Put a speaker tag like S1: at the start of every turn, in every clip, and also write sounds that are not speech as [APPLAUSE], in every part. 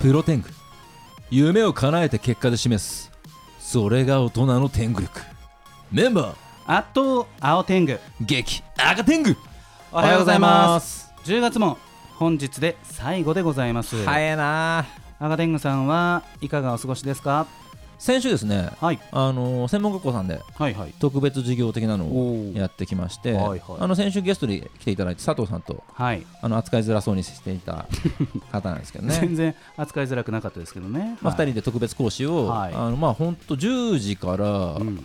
S1: プロテング夢を叶えて結果で示すそれが大人の天狗力メンバー
S2: あと青天狗
S1: 激赤天狗
S2: お
S3: おはようございますす
S2: 10月も本日で最後でございます、
S3: 早えな
S2: 赤天狗さんはいかがお過ごしですか
S1: 先週ですね
S2: はい
S1: あのー専門学校さんで
S2: はいはい
S1: 特別授業的なのを
S2: お
S1: やってきまして、
S2: はいはい
S1: あの先週ゲストで来ていただいて佐藤さんと
S2: はい、
S1: あの扱いづらそうにしていた方なんですけど
S2: [LAUGHS]
S1: ね
S2: 全然扱いづらくなかったですけどね、
S1: まあ、
S2: は
S1: 2
S2: い
S1: 人で特別講師を、
S2: はい
S1: あのまあ本当10時から
S2: うん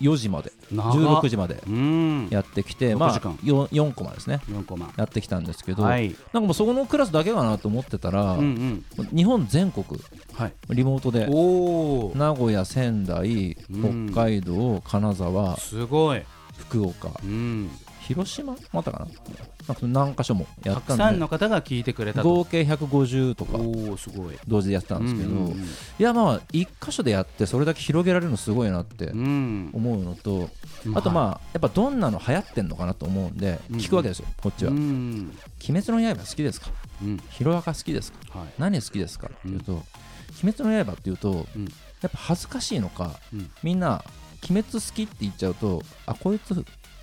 S1: 4時まで、
S2: 長っ
S1: 16時まで
S2: うん
S1: やってきて、
S2: 6
S1: まあ
S2: 時間
S1: 4, 4コマですね
S2: 4コマ
S1: やってきたんですけど、
S2: はい
S1: なんかもうそこのクラスだけかなと思ってたら、
S2: うんうん
S1: 日本全国
S2: はい
S1: リモートで
S2: おお
S1: 名古屋仙台
S2: うん
S1: 北海道金沢
S2: すごい
S1: 福岡
S2: うん
S1: 広島またかななんか何箇所もや
S2: た
S1: った
S2: くさ
S1: ん
S2: ん
S1: で
S2: の方が聞いてくれたと
S1: 合計150とか
S2: おおすごい
S1: 同時でやってたんですけど、
S2: うんうん
S1: いやまあ1箇所でやってそれだけ広げられるのすごいなって
S2: うん
S1: 思うのと、
S2: うん
S1: あとまあやっぱどんなの流行ってんのかなと思うんで
S2: うん
S1: 聞くわけですよ、こっちは、
S2: う
S1: 鬼
S2: ん
S1: 滅の刃好きですか
S2: うん
S1: ヒロアカ好きですか
S2: はい
S1: 何好きですかっていうと、鬼滅の刃っていうと、
S2: うん
S1: やっぱ恥ずかしいのか、
S2: うん
S1: みんな鬼滅好きって言っちゃうとあこいつ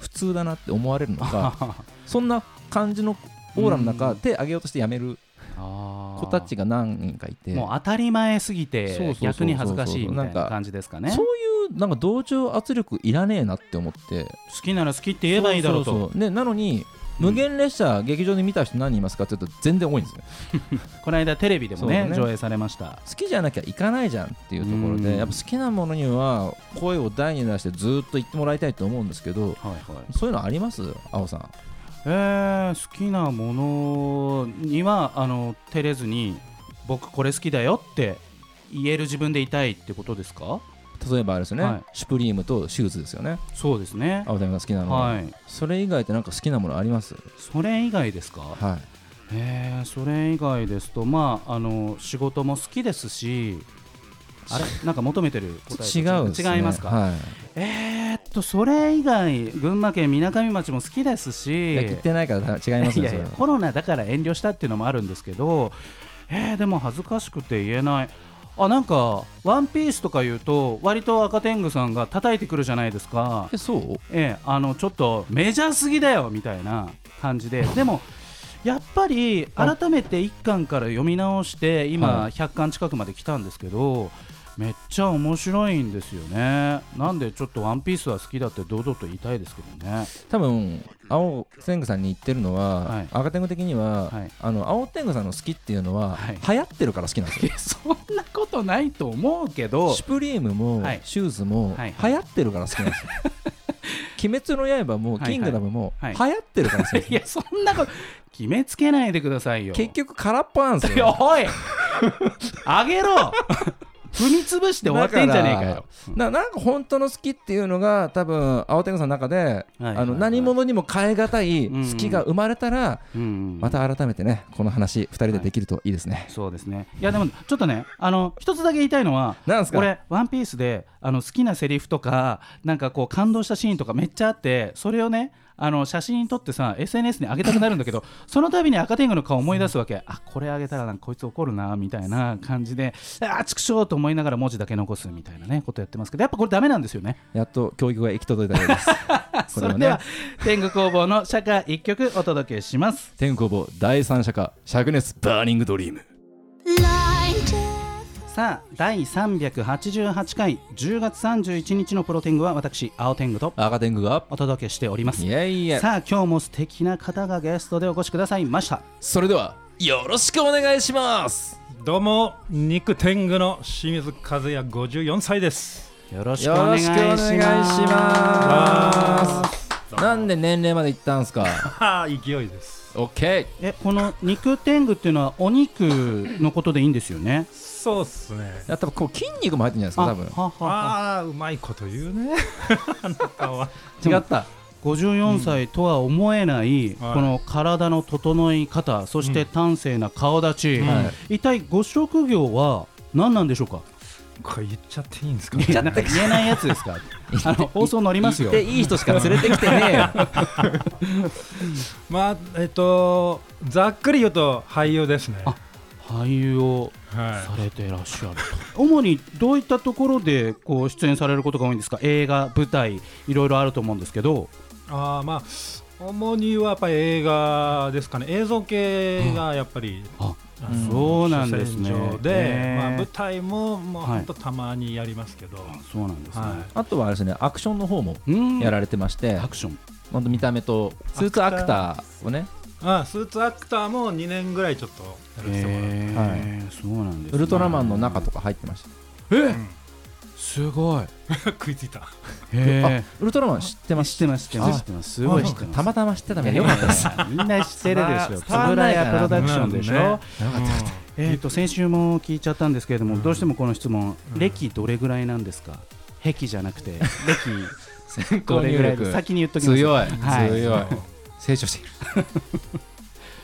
S1: 普通だなって思われるの
S2: [LAUGHS]
S1: かそんな感じのオーラの中、
S2: うん
S1: 手上げようとしてやめる
S2: 子
S1: 子たちが何人かいて
S2: もう当たり前すぎ
S1: そうそう
S2: て
S1: そう
S2: 逆に恥ずかしいみたい
S1: なん
S2: な
S1: か
S2: 感じですかね
S1: そういうなんか同調圧力いらねえなって思って
S2: 好きなら好きって言えばいいだろう
S1: そ
S2: と
S1: そねなのに無限列車、劇場で見た人何人いますかって言うと全然多いんですね
S2: この間テレビでもね
S1: そうね
S2: 上映されました
S1: 好きじゃなきゃ行かないじゃんっていうところ
S2: う
S1: で
S2: ん
S1: やっぱ好きなものには声を大に出してずっと言ってもらいたいと思うんですけど
S2: はいはい
S1: そういうのあります青さん
S2: えー好きなものにはあの照れずに僕これ好きだよって言える自分でいたいってことですか
S1: 例えばあれですよね、
S2: はい
S1: シュプリームとシューズですよね
S2: そうですね
S1: 青谷が好きなのは、
S2: はい
S1: それ以外ってなんか好きなものあります
S2: それ以外ですか
S1: はい
S2: えーそれ以外ですとまああの仕事も好きですしあれなんか求めてる答え
S1: 違
S2: と
S1: うですね
S2: 違いますか、
S1: はい
S2: えーっとそれ以外群馬県みなかみ町も好きですし
S1: いや、切ってないから違いますね
S2: いやいや
S1: それは
S2: コロナだから遠慮したっていうのもあるんですけどえーでも恥ずかしくて言えないあなんか「ワンピースとか言うと割と赤天狗さんが叩いてくるじゃないですか
S1: えそう
S2: ええ、あのちょっとメジャーすぎだよみたいな感 [LAUGHS] じででもやっぱり改めて1巻から読み直して今
S1: はい
S2: 100巻近くまで来たんですけどめっちゃ面白いんですよねなんでちょっと「ワンピースは好きだって堂々と言いたいですけどね
S1: 多分青天狗さんに言ってるのは、
S2: はい
S1: 赤天狗的には、
S2: はい
S1: あの青天狗さんの好きっていうのは、
S2: はい
S1: 流行ってるから好きなんですよ
S2: そんなことないと思うけど
S1: シュプリームも、
S2: はい
S1: シューズも、
S2: はいはい
S1: 流行ってるから好きなんで
S2: [LAUGHS]
S1: すよ鬼滅の刃も、
S2: はいはい
S1: キングダムも、
S2: はい
S1: 流行ってるから好きなんです
S2: [LAUGHS] い
S1: よ
S2: やそんなこと決めつけないでくださいよ
S1: 結局空っぽなんです
S2: いや
S1: よ
S2: [LAUGHS] おいあげ [LAUGHS] ろ踏み潰して終わってんじゃねえかよ
S1: ななんか本当の好きっていうのが多分青天狗さんの中で、
S2: はい
S1: あの何物にも変え難い
S2: うんうん
S1: 好きが生まれたら、
S2: うんうん
S1: また改めてねこの話2人でできるといいですね、
S2: そうですね。いやでもちょっとね、あの一つだけ言いたいのは、
S1: なんすか
S2: 俺ワンピースであの好きなセリフとかなんかこう感動したシーンとかめっちゃあって、それをね。あの写真撮ってさ SNS に上げたくなるん
S1: [LAUGHS]
S2: だけどその度に赤天狗の顔思い出すわけあこれ上げたらなんかこいつ怒るなみたいな感じであーちくしょうと思いながら文字だけ残すみたいなねことやってますけどやっぱこれダメなんですよね
S1: やっと教育が行き届いたよう
S2: [LAUGHS]
S1: ですこ
S2: そ
S1: れ
S2: れ
S1: は
S2: で
S1: ね
S2: は天狗工房の社会一曲お届けします
S1: 天工房第三者化灼熱バーニングドリーム
S4: Blinded.
S2: さあ第388回10月31日のプロテングは私青天狗と
S1: 赤天狗が
S2: お届けしております
S1: いやいや
S2: さあ今日も素敵な方がゲストでお越しくださいました
S1: それではよろしくお願いします
S5: どうも肉天狗の清水和也54歳です
S2: よろしく
S1: よ
S2: お
S1: ろ
S2: 願い
S1: し
S2: し
S1: くお
S2: ま
S1: 願い
S2: す
S1: しますなんで年齢までいったんすか
S5: はあ勢いです
S1: オッケ
S2: えこの肉天狗っていうのはお肉のことでいいんですよね
S5: そうっすね
S1: ーやっぱこう筋肉も入ってんじゃないですか多分
S2: ははは
S5: ああうまいこと言
S2: [LAUGHS]
S5: うねあなたは
S1: 違った
S2: 54歳とは思えない、
S5: はい
S2: この体の整い方そして端正な顔立ち、
S5: うん
S2: 一体ご職業は何なんでしょうか
S5: これ言っちゃっていいんですか
S2: いやなんか言え [LAUGHS] ないやつですかあの放送乗りますよ
S1: でいい人しか連れてきてねえよ
S5: まあえっとざっくり言うと俳優ですね
S2: あ俳優を
S5: は
S2: されてらっしゃると主にどういったところでこう出演されることが多いんですか映画舞台いろいろあると思うんですけど
S5: いあーまあ主にはやっぱり映画ですかね映像系がやっぱり
S2: あ
S5: あの
S2: そうなんですね
S5: 主戦場で、
S2: へー
S5: まあ、舞台ももう
S2: はい
S5: ほんとたまにやりますけど、
S2: そうなんですね、
S5: は
S1: [LAUGHS] あとはあれですねアクションの方も
S2: うん
S1: やられてまして、
S2: アクション
S1: ほんと見た目とスーツアクターをね
S5: あスーツアクターも2年ぐらいちょっとやらせてもらって、
S2: へーそうなんです
S1: ウ
S2: ね、
S1: ルトラマンの中とか入ってました
S2: えすごい
S5: [LAUGHS] 食いついた
S2: へ
S1: ウルトラマン知って
S2: え
S1: ます
S2: 知ってます知ってます知ってますすごい知ってます
S1: たまたま知ってたみたいでよかったです
S2: [LAUGHS] みんな知ってるでしょ。
S1: 伝わ
S2: つ
S1: ん
S2: ぶ
S1: な
S2: ら
S1: いか
S2: や
S1: な
S2: プロダクションでしょ。
S5: ね
S2: えっ、と先週も聞いちゃったんですけれども、どうしてもこの質問、歴どれぐらいなんですか。歴じゃなく [LAUGHS] て歴
S1: 先
S2: ど
S1: 行
S2: れ
S1: 入
S2: ぐらい
S1: 力
S2: で先に言っときます。
S1: 強い
S2: はい
S1: 強い成長している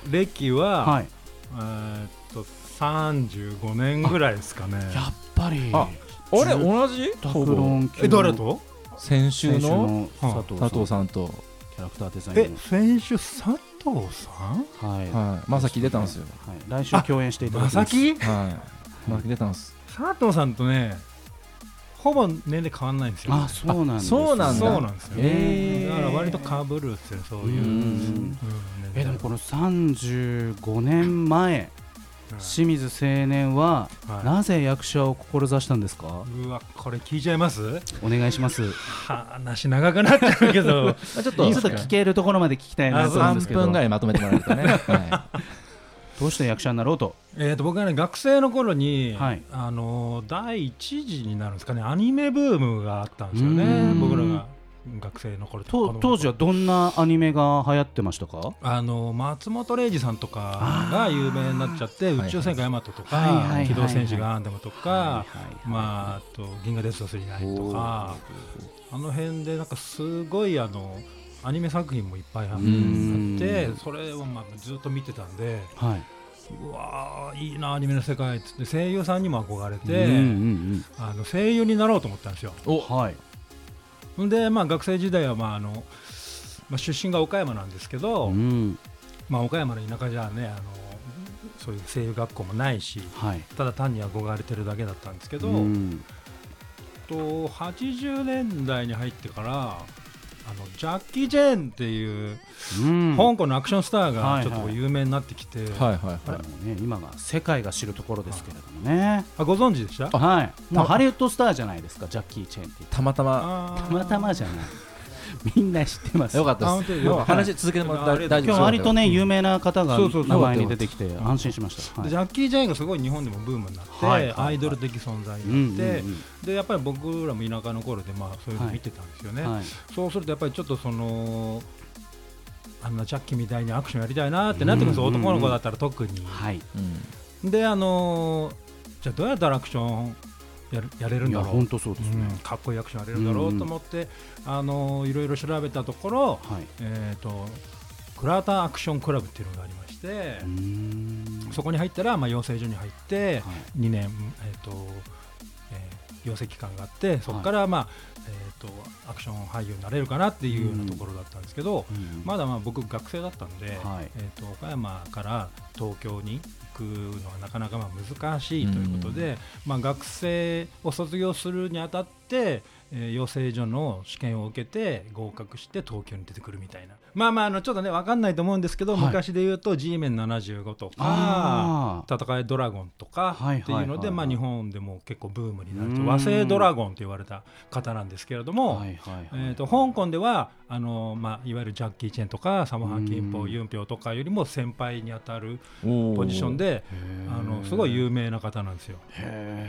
S5: 歴は、
S2: はい。
S5: えーっと35年ぐらいですかね
S2: やっぱり。
S1: ああれ同じ
S2: ダクロン級
S5: え誰と
S1: 先週
S2: 先週
S1: の
S2: の佐藤さん
S1: 佐藤さんと
S2: キャラクターデザイン
S5: え選手佐藤さん
S2: の。はい。は
S1: はいまさき出たんですよ
S2: い。来週共演していただ
S5: ま
S2: きま
S5: さ
S2: す。
S5: き
S1: はいまさき出たんです
S5: 佐藤さんとねほぼ年齢変わんないんですよ
S2: あ、そうなんです。
S1: そうなんだ
S5: そうなんですよ、
S1: えー
S5: だから割とかぶるんですよそういう、
S2: う
S5: うんん
S2: えでもこの35年前、清水青年は、
S5: はい
S2: なぜ役者を志したんですか
S5: うわこれ聞いちゃいます
S2: お願いします
S5: 話長くなっちゃうけど
S1: まあちょっ
S2: ちょ
S1: と
S2: っと聞けるところまで聞きたいな
S5: あ
S2: と思うん
S1: 三
S2: ですけど
S1: 分ぐらいまとめてもらえるとね [LAUGHS] はい
S2: どうして役者になろうと
S5: えーと僕はね学生の頃に、
S2: はい
S5: あのー第一次になるんですかねアニメブームがあったんですよね
S2: うん
S5: 僕らが学生の頃子
S2: と
S5: 供の頃
S2: 当時はどんなアニメが流行ってましたか
S5: あの松本零士さんとかが有名になっちゃって「
S1: ー
S5: 宇宙戦艦ヤマト」と
S2: はいはいはい
S5: か
S2: はい
S5: 「機動戦士ガンダム」とか
S2: はいはいはい
S5: 「まああと銀河鉄道999」とかあの辺でなんかすごいあのアニメ作品もいっぱいあっ
S2: ん
S5: てそれをまあずっと見てたんで
S2: はいう
S5: わーいいなアニメの世界っつって声優さんにも憧れ
S2: うんうん
S5: てあの声優になろうと思ったんですよ。
S2: うんはい
S5: んでまあ学生時代はまああのまあ出身が岡山なんですけど、
S2: うん
S5: まあ、岡山の田舎じゃねあのそういう声優学校もないし
S2: はい
S5: ただ単に憧れてるだけだったんですけど、
S2: うん
S5: と80年代に入ってからあのジャッキー・ジェーンっていう、
S2: うん
S5: 香港のアクションスター
S2: は
S5: が
S2: い
S5: ちょっとこう有名になってきて、
S1: はいはい
S2: も
S1: はいう
S2: ね今が世界が知るところですけれどもね
S5: あご存知でした
S2: はいもうハリウッドスターじゃないですかジャッキー・チェンって
S1: たまたま
S5: あー
S2: たまたまじゃない
S5: [LAUGHS]
S2: みんな知ってます
S1: よかった
S5: あ
S1: で
S5: 本
S1: す
S5: 当です
S1: ま
S5: か
S1: あ話続けてもらって大大丈夫です
S2: 今日割とね有
S1: 名
S2: 名な方が
S5: そうそうそう
S2: 名前に出てきて安心しましたはい
S5: ジャッキー・ジェーンがすごい日本でもブームになって、
S2: はいはいはい
S5: アイドル的存在
S2: うん
S5: になって、
S2: うん
S5: でやっぱり僕らも田舎の頃でまあそういうの見てたんですよ
S2: う
S5: ね。
S2: んはい
S5: そうするとやっぱりちょっとそのあんなジャッキーみたいにアクションやりたいなってなってくるんですよ、
S2: うんうんうん
S5: 男の子だったら特に。
S2: はい
S5: であのーじゃあどうやったらアクションやるやれるん
S2: いや
S5: だろう
S2: 本当そうですね
S5: うんかっこいいアクションやれるんだろ
S2: うんう
S5: うんと思って、あのーいろいろ調べたところ、
S2: はい
S5: えー、とクラーターアクションクラブっていうのがありまして
S2: うー、ん
S5: そこに入ったら、まあ、養成所に入って、
S2: はい
S5: 2年、えーとえー養成期間があってそこから、まあえー、とアクション俳優になれるかなっていうようなところだったんですけど、
S2: うん
S5: まだまあ僕学生だったので、
S2: はい
S5: えー、と岡山から東京に行くのはなかなかまあ難しいということで、まあ、学生を卒業するにあたって、えー養成所の試験を受けて合格して東京に出てくるみたいなまあまああのちょっとね分かんないと思うんですけど、
S2: はい
S5: 昔で言うと G メン75とか。
S2: あー
S5: 戦いドラゴンとか
S2: はいはいはいはい
S5: っていうのでまあ日本でも結構ブームになる
S2: う
S5: と
S2: ん
S5: 和製ドラゴンと言われた方なんですけれども、
S2: はいはいはい
S5: えー、と香港ではあの、まあ、いわゆるジャッキー・チェンとかサモハン・キンポ
S2: う
S5: ー
S2: ん
S5: ユンピョウとかよりも先輩に当たる
S1: ポ
S5: ポジションで
S2: へー
S5: あのすごい有名な方なんですよ。
S2: へ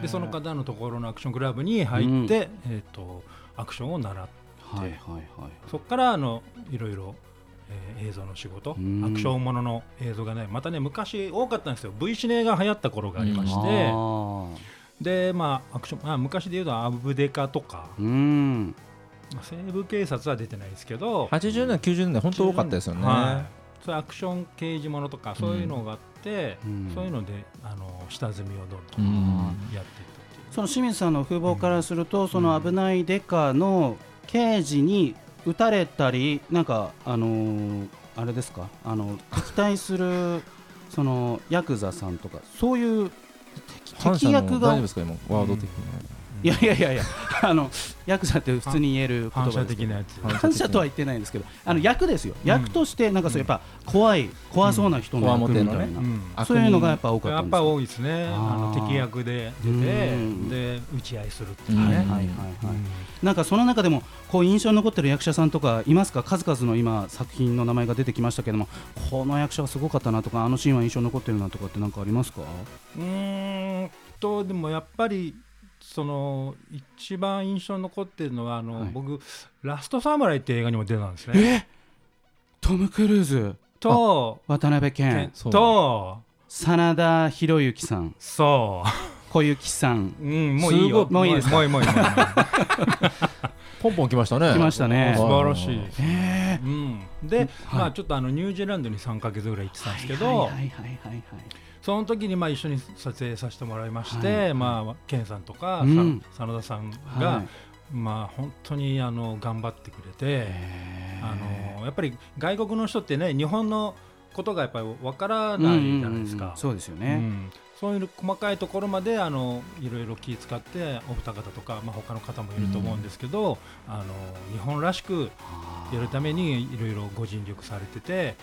S2: ー
S5: でその方のところのアクションクラブに入って、えー、とアクションを習って
S2: はいはいはい
S5: そこからあのいろいろ、えー映像の仕事アク
S2: うん
S5: ションものの映像がねまたね昔多かったんですよ V シネが流行った頃がありまして。
S2: あ
S5: でまあアクション、まあ、昔で言うとアブデカとか、
S2: ーうん
S5: まあ西部警察は出てないですけど、
S1: 80年90年代本当多かったですよね
S5: はいそういうアクション刑事ものとかそういうのがあって、
S2: うん
S5: そういうのであの下積みをどんど
S1: うんん
S5: やっていったっていう
S2: その清水さんの風貌からすると、その危ないデカの刑事に撃たれたり、なんか、あのーあれですか、あの敵対するそのヤクザさんとか、そういう敵
S1: 反
S2: 敵
S1: 射の
S2: 役
S1: 大
S2: が
S1: 丈夫ですか今ワード的に
S2: いやいやいやいや、あのヤクザって普通に言える言葉
S5: 反
S2: ですけど
S5: 射的なやつ
S1: はい
S2: 反射とは言ってないんですけど、あの役ですよ、
S5: うん
S2: 役として、なんかそうやっぱ怖い、怖そうな人の役みたいな、
S1: 強面
S5: う
S1: の
S5: ん
S1: 悪
S2: そういうのがやっぱ多か
S5: や
S2: った
S5: っ
S2: んです
S5: ぱ
S2: よ
S5: 多いですねあ
S2: あー
S5: の敵役で出
S2: うん
S5: てで打ち合いするっていううんね、
S2: はいはいはい
S5: うん
S2: はいなんかその中でもこう印象に残ってる役者さんとかいますか数々の今作品の名前が出てきましたけどもこの役者はすごかったなとかあのシーンは印象に残ってるなとかってなんかありますか
S5: うーんとでもやっぱりその一番印象に残ってるのはあの、
S2: はい
S5: 僕「ラストサムライ」っていう映画にも出たんですね。
S2: トム・クルーズ
S5: と
S2: 渡辺謙
S1: そう
S5: と
S2: 真田広之さん
S5: そ
S2: 小雪さん
S5: う、うん、もういいよ
S2: すごいもういいですか
S5: もういいもういいもういい
S1: ポンポン来ましたね
S2: 来ましたね
S5: 素晴らしいですね。
S2: え
S5: うん、で、
S2: はい
S5: まあ、ちょっとあのニュージーランドに3か月ぐらい行ってたんですけど、
S2: はいはいはいはい
S5: その時にまあ一緒に撮影させてもらいまして、
S2: はい
S5: まあ、ケンさんとか、
S2: うん
S5: さ真田さんが、
S2: はいはい
S5: まあ、本当にあの頑張ってくれて、
S2: えー
S5: あのやっぱり外国の人ってね日本のことがやっぱりわからないじゃないで
S2: うんうんう
S5: すか
S2: ん。そうですよ
S5: う
S2: ね
S5: んそういう細かいところまであのいろいろ気使ってお二方とか、まあ、他の方もいると思うんですけど、あの日本らしく
S2: あー
S5: やるためにいろいろご尽力されてて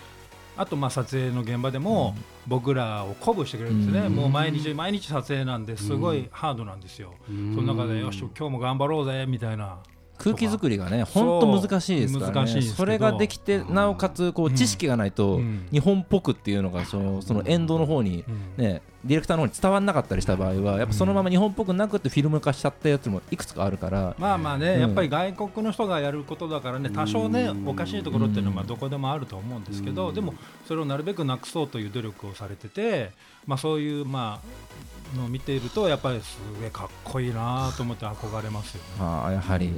S5: あとまあ撮影の現場でも僕らを鼓舞してくれるんですね、
S1: うん
S5: もう毎日毎日撮影なんですごいハードなんですよ、その中でよし今日も頑張ろうぜみたいな
S1: 空気作りがね本当難しいですから
S5: 難しい
S1: ね
S5: ですけど
S1: それができてなおかつこ
S5: う
S1: うん知識がないと
S5: うん
S1: 日本っぽくっていうのがそのそのエンドの方に
S5: うん
S1: ねディレクターの方に伝わらなかったりした場合はやっぱそのまま日本っぽくなくてフィルム化しちゃったやつもいくつかあるから
S5: まあまあね、
S1: うん
S5: やっぱり外国の人がやることだからね多少ねおかしいところっていうのはまあどこでもあると思うんですけどでもそれをなるべくなくそうという努力をされてて、まあ、そういうまあのを見ているとやっぱりすげえかっこいいなと思って憧れますよね。
S1: ああやはり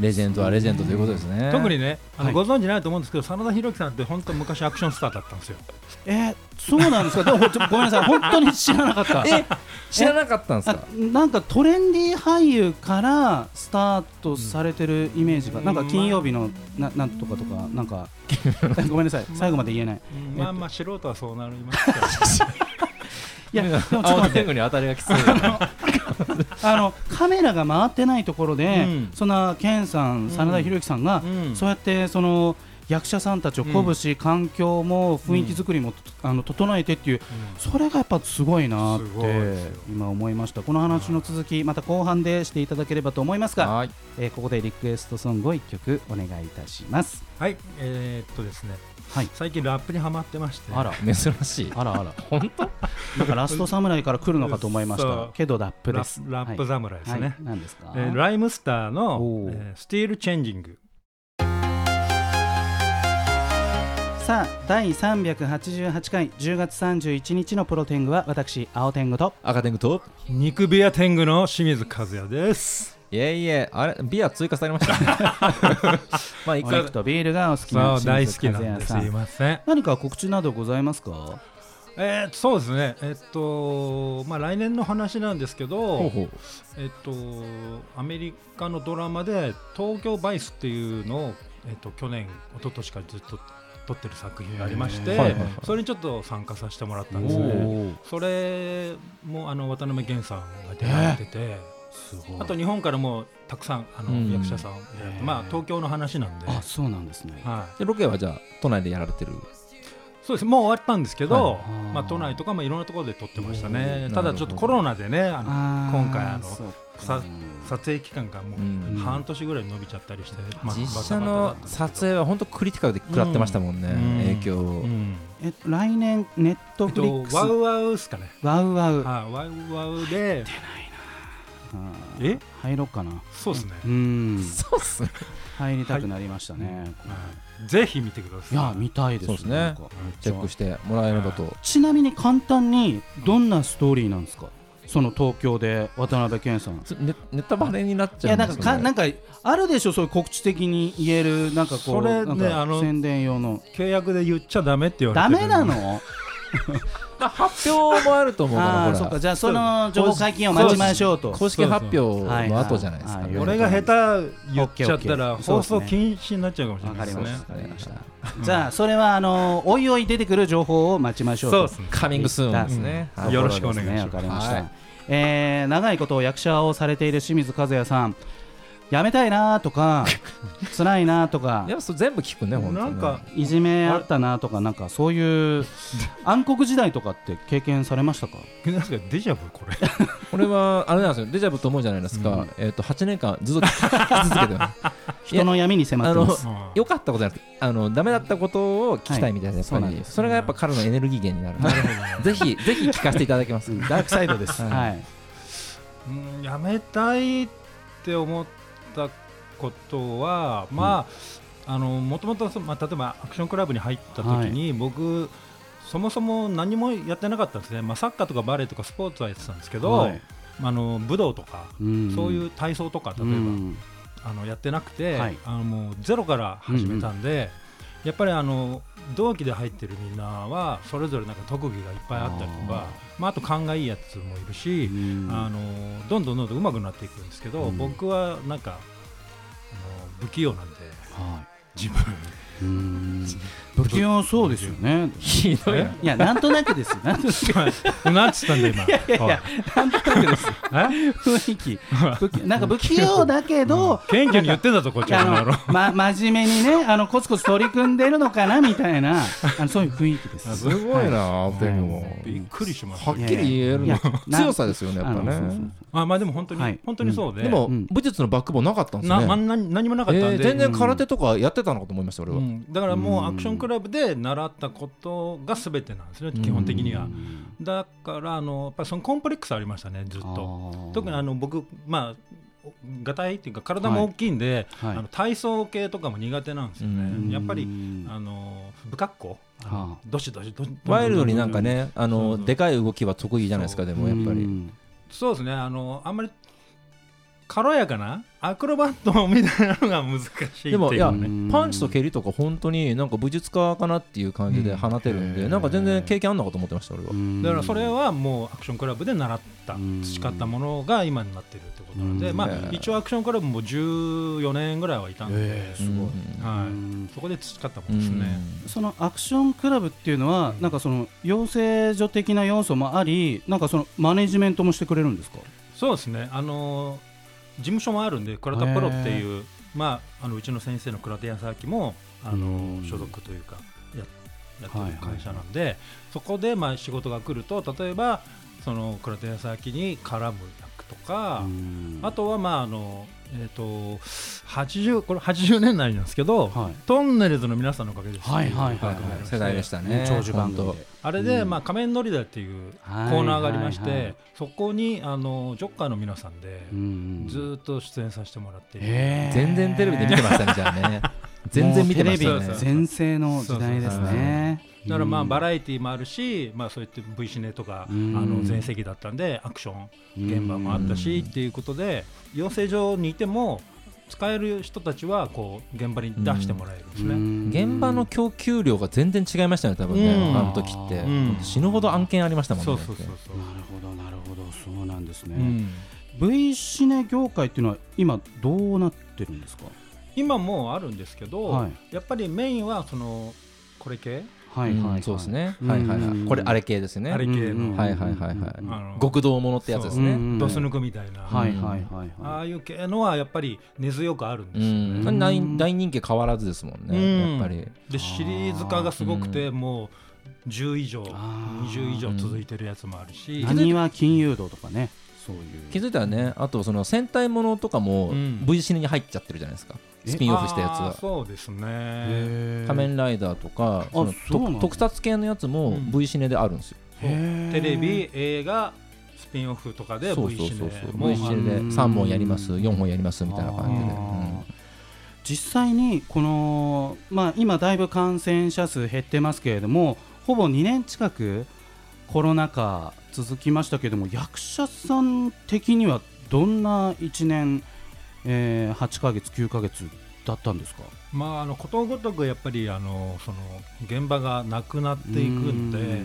S1: レジェンドはレジェンドということですね
S5: 特にね、あの
S2: はい
S5: ご存知ないと思うんですけど、真田広之さんって本当昔アクションスターだったんですよ。
S2: えーそうなんですかでもちょごめんなさい本当に知らなかった
S1: え知らなかったんです
S2: あ
S1: か
S2: なんかトレンディー俳優からスタートされてるイメージが、
S5: うん
S2: なんか金曜日のななんとかとかなんか [LAUGHS] ごめんなさ
S5: [LAUGHS]
S2: い最後まで言えない
S5: うんまあまあ素人はそうなりますけど、
S2: いやでもちょっと
S1: 青
S2: 待っ
S1: 天
S2: て
S1: 狗に当たりがきついな
S2: あのカメラが回ってないところで、
S5: うん
S2: そんな健さん真田広之さんが、
S5: う
S2: [LAUGHS]
S5: ん
S2: そうやってその役者さんたちを鼓舞し、環境も雰囲気作りも、あの整えてっていうそれがやっぱすごいなっ
S5: すごいで
S2: て
S5: すよ
S2: 今思いましたこの話の続きまた後半でしていただければと思いますが
S1: はい
S2: えーここでリクエストソングを1曲お願いいたします
S5: はい、えーっとですね、
S2: はい
S5: 最近ラップにハマってまして、
S2: あら
S1: 珍しい
S2: あらあら
S1: 本当
S2: なんかラストサムライから来るのかと思いまし
S5: そ
S2: た
S5: う
S2: けどラップ
S5: ラ
S2: です
S5: ップラップ侍ですね。
S2: はい何ですか、
S5: えーライムスターの
S2: おー
S5: 「スティール・チェンジング
S2: さあ第388回10月31日のプロテングは私青天狗と
S1: 赤天狗と」
S5: 肉ビア天狗の清水和也です。
S1: いえいえあれビア追加されましたねまあい
S2: お
S1: くら
S2: 肉とビールがお好き
S5: そ
S2: な
S5: う
S2: 清
S5: 大好
S2: 水
S5: きなん
S2: 和
S5: で
S2: 也
S5: す
S2: さ
S5: いません。
S2: 何か告知などございますか
S5: えー、そうですね。えっとまあ来年の話なんですけど、
S1: ほうほう
S5: えっとアメリカのドラマで東京バイスっていうのをえっと去年一昨年からずっと撮ってる作品がありまして、
S1: へーはいはいはい
S5: それにちょっと参加させてもらったんです
S1: お
S5: ね。
S1: ー
S5: それもあの渡辺謙さんが出られてて。
S2: すごい
S5: あと日本からもたくさんあの、
S1: うん
S5: 役者さん、まあ東京の話なんで、
S2: あそうなんですね
S5: はい、
S1: でロケはじゃあ都内でやられてる
S5: そうですもう終わったんですけ
S2: は
S5: ど、
S2: い
S5: まあ都内とかもいろんなところで撮ってましたね
S1: う。ん
S5: ただちょっとコロナでね、あの今回あの
S2: そっか
S5: さ撮影期間がも
S1: うん
S5: う半年ぐらい伸びちゃったりして、まあ
S1: 実写
S5: バタバタだ
S1: の
S5: ったんですけど
S1: 撮影は本当クリティカルで食らってましたもんね、
S5: う
S1: 影
S5: ん
S1: 響を、
S5: うん
S2: え来年ネット
S5: えっ
S2: フリックス
S5: とワウワウですかね。
S2: ワウワウ
S5: はい、ワウワウで、
S2: あー
S5: え、
S2: 入ろうかな
S5: そうですね。
S2: うーん
S1: そうっすね
S2: 入りたくなりましたね、
S5: はいぜひ見てくだ
S2: い、
S5: さい。
S2: や見たいです
S1: そうですね
S2: なんか
S1: チェックしてもらえればと
S2: ちなみに簡単にどんなストーリーなんですかその東京で渡辺謙さん
S1: つネネタバレになっ
S2: い
S1: ちゃう
S2: や
S1: ん
S2: な
S1: で
S2: ん
S1: す
S2: か
S1: け
S2: か
S1: ど、ね、
S2: なんかあるでしょそういう告知的に言えるなんかこう
S5: それね
S2: なんか
S5: あの
S2: 宣伝用の
S5: 契約で言っちゃダメって言わ
S2: ダ
S5: れ
S2: メ
S5: てる。
S2: なの
S1: まあ発表もあると思うから
S2: あ
S1: ほ
S2: あ
S1: ら
S2: そっかじゃあその情報解禁を待ちましょうと
S1: 公式発表の後じゃないですか
S2: はい
S1: ね。
S2: はい
S5: 俺が下手言っちゃったら
S2: オッケーオッケーそう
S5: 放
S2: ですね
S5: 送禁止になっちゃうかもしれ
S2: わ
S5: な
S2: か
S5: いで
S2: り
S5: す
S2: ま
S5: ね
S2: したわかりましたじゃあそれはあのおいおい出てくる情報を待ちましょうと
S5: そうですね
S1: カミングスーンですね。
S5: うん
S1: はい
S5: よろしくお願いします
S2: わかりました、
S1: はい
S2: えー長いことを役者をされている清水和也さんやめたいなと
S5: [LAUGHS]
S2: か辛いなとか
S1: やっぱそう全部聞くね、本当に。
S5: なんか
S2: いじめあったなとかなんかそういう暗黒時代とかって経験されましたか
S5: なんかデジャブこれ
S1: 俺はあれなんですよ、デジャブと思うじゃないですか。えっと8年間ずっと聞き続け
S2: [LAUGHS]
S1: てます。
S2: 人の闇に迫ってます
S5: うん
S1: 良かったことじゃなくて、あのダメだったことを聞きたいみたいなやっぱ
S2: はいそうなん
S1: り
S2: で。
S1: それがやっぱ彼のエネルギー源になる。 [LAUGHS] ぜひぜひ聞かせていただきます。
S2: ダークサイドです
S1: はい
S2: はい
S5: うんやめたいって思ったことは、まああのもともとそ、まあ、例えばアクションクラブに入った時に、僕そもそも何もやってなかったんですね、まあ、サッカーとかバレーとかスポーツはやってたんですけど、
S2: はい
S5: まあ、あの武道とか、そういう体操とか例えば、
S2: うん
S5: あのやってなくて、
S2: はい
S5: あのもうゼロから始めたんで、やっぱりあの同期で入ってるみんなはそれぞれなんか特技がいっぱいあったりとか
S2: あ
S5: まあ、あと勘がいいやつもいるし、
S2: うん
S5: あのどんどんどんどん上手くなっていくんですけど、
S2: うん
S5: 僕はなんかあの不器用なんで
S2: は
S5: 自分
S2: いうん不器用そうですよね
S1: ひどいな。
S2: いやなんとなくですよなんとなく
S5: なんつったんだ今
S2: いやなんとなくです雰囲気不器なんか不器用だけど、
S5: 謙虚に言ってたぞこっち
S2: あ
S5: らの野郎
S2: の、ま、真面目にねあのコツコツ取り組んでるのかなみたいなあのそういう雰囲気です。
S1: すごいな、でも。
S5: びっくりしました
S1: はっきり言える
S2: いや
S1: の
S2: いやな
S1: 強さですよね、やっぱ
S2: あのそうそう
S1: ね。
S5: あまあでも本当に、
S2: はい
S5: 本当にそうで、
S1: でも
S2: うん
S1: 武術のバックボーンなかったんです
S5: な
S1: ね。
S5: まあ何何もなかったんで、
S1: えー全然空手とかやってたのかと思いました、俺は。
S5: うんだからもう
S2: う
S5: ア
S2: ん
S5: クションクラブで習ったことが全てなんですね基本的にはだからあのやっぱりそのコンプレックスありましたねずっと特にあ
S2: の、
S5: の僕まあがたいっていうか体も大きいんで、
S2: はい
S5: あの体操系とかも苦手なんですよ
S1: うん
S5: ねやっぱり
S2: うん
S5: あの不格好あの
S2: はあ
S5: どしどしどし
S1: ワイルドになんかね、あ
S5: そうそ
S1: の
S5: う
S1: でかい動きは得意じゃないですか、でもやっぱ
S2: う
S1: り。
S2: ん
S5: そうですねあのあんまり軽やかなアクロバットみたいなのが難しいっていう
S1: でもいや
S2: うん
S1: パンチと蹴りとか本当になんか武術家かなっていう感じで放てるん
S5: う
S1: で、
S5: ん
S1: なんか全然経験あんのかと思ってました、俺は。
S5: だからそれ
S2: を
S5: はもうアクションクラブで習った
S2: うん
S5: 培ったものが今になってるってことなんで、
S2: うん
S5: ま
S1: へ
S5: あ、
S1: え
S5: 一応アクションクラブも14年ぐらいはいたんで、
S2: ええすごい
S5: はい、そこで培ったものですね。
S2: そのアクションクラブっていうのはなんかその養成所的な要素もありなんかそのマネジメントもしてくれるんですか
S5: そうですねあの事務所もあるんで倉田プロっていう、まあ、あのうちの先生の倉田康明もあ
S2: う
S5: の
S2: ん
S5: 所属というかやや
S2: はい
S5: っ
S2: はい
S5: てる会社なんで、そこでまあ仕事が来ると例えばその倉田康明に絡む役とか。あとは、まああのえー、と80これ80年代なんですけど、
S2: はい
S5: トンネルズの皆さんのおかげです、
S2: はいはいはいはい
S5: 番組がありまして
S1: 世代でしたね。
S2: 長寿番組
S1: 本
S2: で
S5: あれで、
S2: うん
S5: まあ、仮面ノリダっていうコ
S2: はい
S5: ーナーがありまして、
S2: はいはい
S5: そこにあのジョッカーの皆さんで、
S2: うん
S5: ずーっと出演させてもらっている、
S1: 当
S2: へー
S1: 全然テレビで見てましたね、じゃあね。全然見てました
S5: もうテレビ
S1: ね。
S2: 全盛の時代ですね。
S5: だからまあバ
S2: ラ
S5: ラエティーもあるし、まあ、そうやって V シネとか、
S2: うん
S5: あの全盛期だったんでアクション現場もあったし、っていうことで養成所にいても使える人たちはこう現場に出してもらえるんですね。
S1: 現場の供給量が全然違いましたね、多分ね、
S5: うん
S1: あの時って
S5: うん。
S1: 死ぬほど案件ありましたもんね。
S5: そうそうそうそう、
S2: なるほどなるほどそうなんです
S5: う
S2: ね。
S5: ん
S2: V シネ業界っていうのは今どうなってるんですか。
S5: 今もうあるんですけど、
S2: はい
S5: やっぱりメインはそのこれ系、
S2: は
S1: うん
S2: いはい
S1: そうですね。
S2: うん
S1: はいはいはい。これ、あれ系ですね
S5: あ。れ系の、
S1: はいはいはいは
S5: あ
S1: い。
S5: の
S1: 極道ものってやつです
S2: そう
S1: ね。
S2: ん
S5: ドス抜くみたいな、
S2: はいはいはい
S5: あ
S2: は
S5: あいう系のはやっぱり根強くあるん
S1: う
S5: ですよね。
S1: ん。大大人気変わらずですもん
S5: うん
S1: ね、やっぱり。
S5: でシリーズ化がすごくて、
S1: う
S5: もう10以上
S2: あー
S5: 20以上続いてるやつもあるし、
S2: い。何は金融道とかねそういう。
S1: 気づいたらねあとその戦隊ものとかも
S5: うん
S1: V シネに入っちゃってるじゃないですか、
S2: え
S1: スピンオフしたやつ
S5: あー
S1: は
S5: そうですね
S2: へー
S1: 仮面ライダーとかその
S2: そうなんだ
S1: と特撮系のやつ
S5: う
S1: も
S5: ん
S1: V シネであるんですよ、
S2: へー
S5: テレビ映画スピンオフとかで
S1: そう
S5: V
S1: そう
S5: シ
S1: そう
S5: ネ
S1: そう
S5: も
S1: V シネで
S2: うん
S1: 3本やります4本やりますみたいな感じで、
S5: あ
S2: 実際にこの、まあ、今だいぶ感染者数減ってますけれどもほぼ2年近くコロナ禍続きましたけれども役者さん的にはどんな1年、えー、8ヶ月9ヶ月だったんですか
S5: まああのことごとくやっぱりあのその現場がなくなっていくんで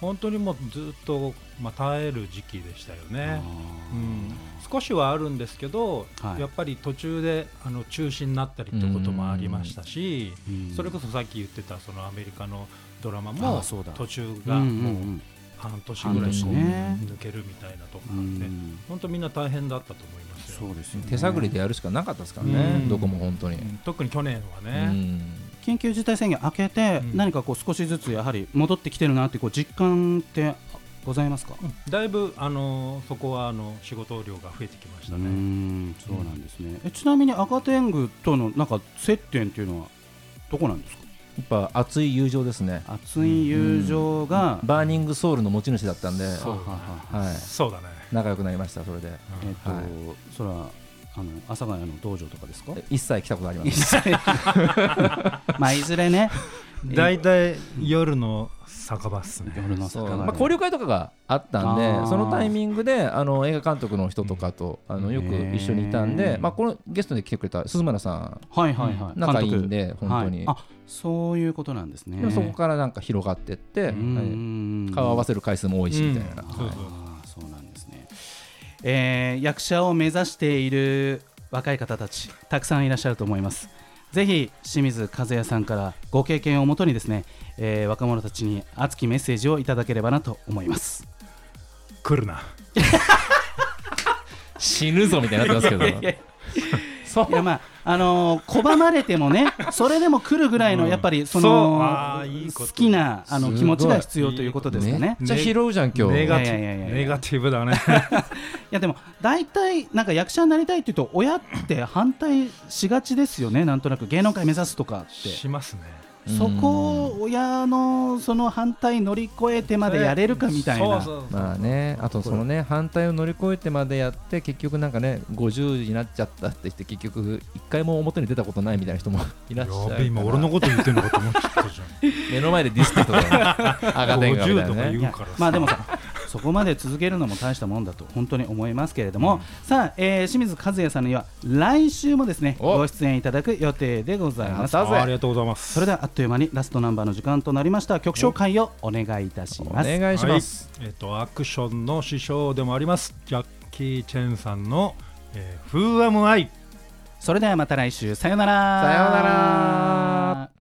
S5: 本当にもうずっと、まあ、耐える時期でしたよね。うん、少しはあるんですけど、
S2: はい
S5: やっぱり途中であの中止になったりってこともありましたし、
S2: うん
S5: それこそさっき言ってたそのアメリカのドラマ
S2: あ
S5: も
S2: そうだ
S5: 途中
S2: う
S5: が
S2: んうんう
S5: もうん半年ぐら
S2: 半
S5: いこう
S2: 年ね
S5: 抜けるみたいなとかあ
S2: う
S5: って
S2: ん
S5: 本当みんな大変だったと思いますよ。
S2: そうですよね
S1: 手探りでやるしかなかったですからね、
S5: うん
S1: どこも本当に、
S5: うん特に去年は
S1: う
S5: ね、
S1: ん
S2: 緊急事態宣言明けて、
S5: うん
S2: 何かこう少しずつやはり戻ってきてるなってこう実感ってございますか、
S5: だいぶあのそこはあの仕事量が増えてきました
S2: う
S5: ね。
S2: んそうなんですね、えちなみに赤天狗とのなんか接点っていうのはどこなんですか
S1: やっぱ熱い友情ですね
S2: 熱い友情が、
S1: バーニングソウルの持ち主だったんで、
S5: そう
S1: は
S5: だね
S2: はは
S5: そうだね、
S1: い、仲良くなりましたそれで
S5: うん
S2: えっと、
S1: はい
S2: それはあの阿佐ヶ谷の道場とかですか
S1: 一切来たことありま
S2: 一
S1: す
S2: [LAUGHS] 切まあいずれね
S5: 大体夜の酒場っすね。
S2: 夜の
S1: そう
S2: 魚
S1: まあ、交流会とかがあったん
S2: あ
S1: で
S2: ー
S1: そのタイミングであの映画監督の人とかとあのよく一緒にいたん
S2: へ
S1: で
S2: ー、
S1: まあ、このゲストで来てくれた鈴村さ
S2: はいはいはい、
S1: ん仲いいん
S2: 監
S1: で
S2: 督
S1: 本当に、
S2: はいあそういうことなんですね
S1: でもそこからなんか広がってって、は
S2: う
S1: い
S2: ん
S1: 顔合わせる回数も多いしみたいな、
S5: うん
S2: そうそうそうなんですね、えー役者を目指している若い方たちたくさんいらっしゃると思いますぜひ清水和也さんからご経験をもとにですね、えー若者たちに熱きメッセージをいただければなと思います
S5: 来るな。
S1: 死ぬぞみたいになってます
S2: [LAUGHS]
S1: けど
S2: いやまああのー拒まれてもねそれでも来るぐらいの
S5: うん
S2: やっぱりそ
S5: そう
S2: の
S5: あーいいこと
S2: 好きなあの
S1: すごい
S2: 気持ちが必要ということですかね
S1: めっちゃ拾うじゃん今日、
S5: ネガテ
S2: いやいやいや
S5: ィ
S2: いや
S5: ブネガティブ
S2: [LAUGHS]
S5: だね。
S2: いやでも大体なんか役者になりたいって言うと親って反対しがちですよねなんとなく芸能界目指すとかって
S5: しますね。
S2: そこを親のその反対乗り越えてまでやれるかみたいな
S5: そうそうそう
S1: まあね、あとそのね反対を乗り越えてまでやって結局なんかね50になっちゃったって言って結局一回も表に出たことないみたいな人もいらっしゃるか
S5: や
S1: ら
S5: べ今俺のこと言ってんのかと思っち
S1: [LAUGHS]
S5: ゃったじ
S1: 目の前でディスってと
S5: [LAUGHS]
S1: か
S5: ゃ
S1: 赤
S5: ん。
S1: 点がみた
S5: 50
S1: い
S5: とか
S1: な
S5: 言
S1: ね
S5: う
S2: いや
S5: からさ。
S2: まあでもさ [LAUGHS] そこまで続けるのも大したもんだと本当に思いますけれども、さあ、えー清水和也さんには来週もですね
S1: お
S2: ご出演いただく予定でございます
S1: やったぜ
S5: あありがとうございます。
S2: それではあっという間にラストナンバーの時間となりました曲紹介をお願いいたし
S1: お
S2: ます
S1: 願いします、
S5: はいえっ、とアクションの師匠でもありますジャッキー・チェンさんの「えー、Who Am I」
S2: それではまた来週さよなら
S1: さようなら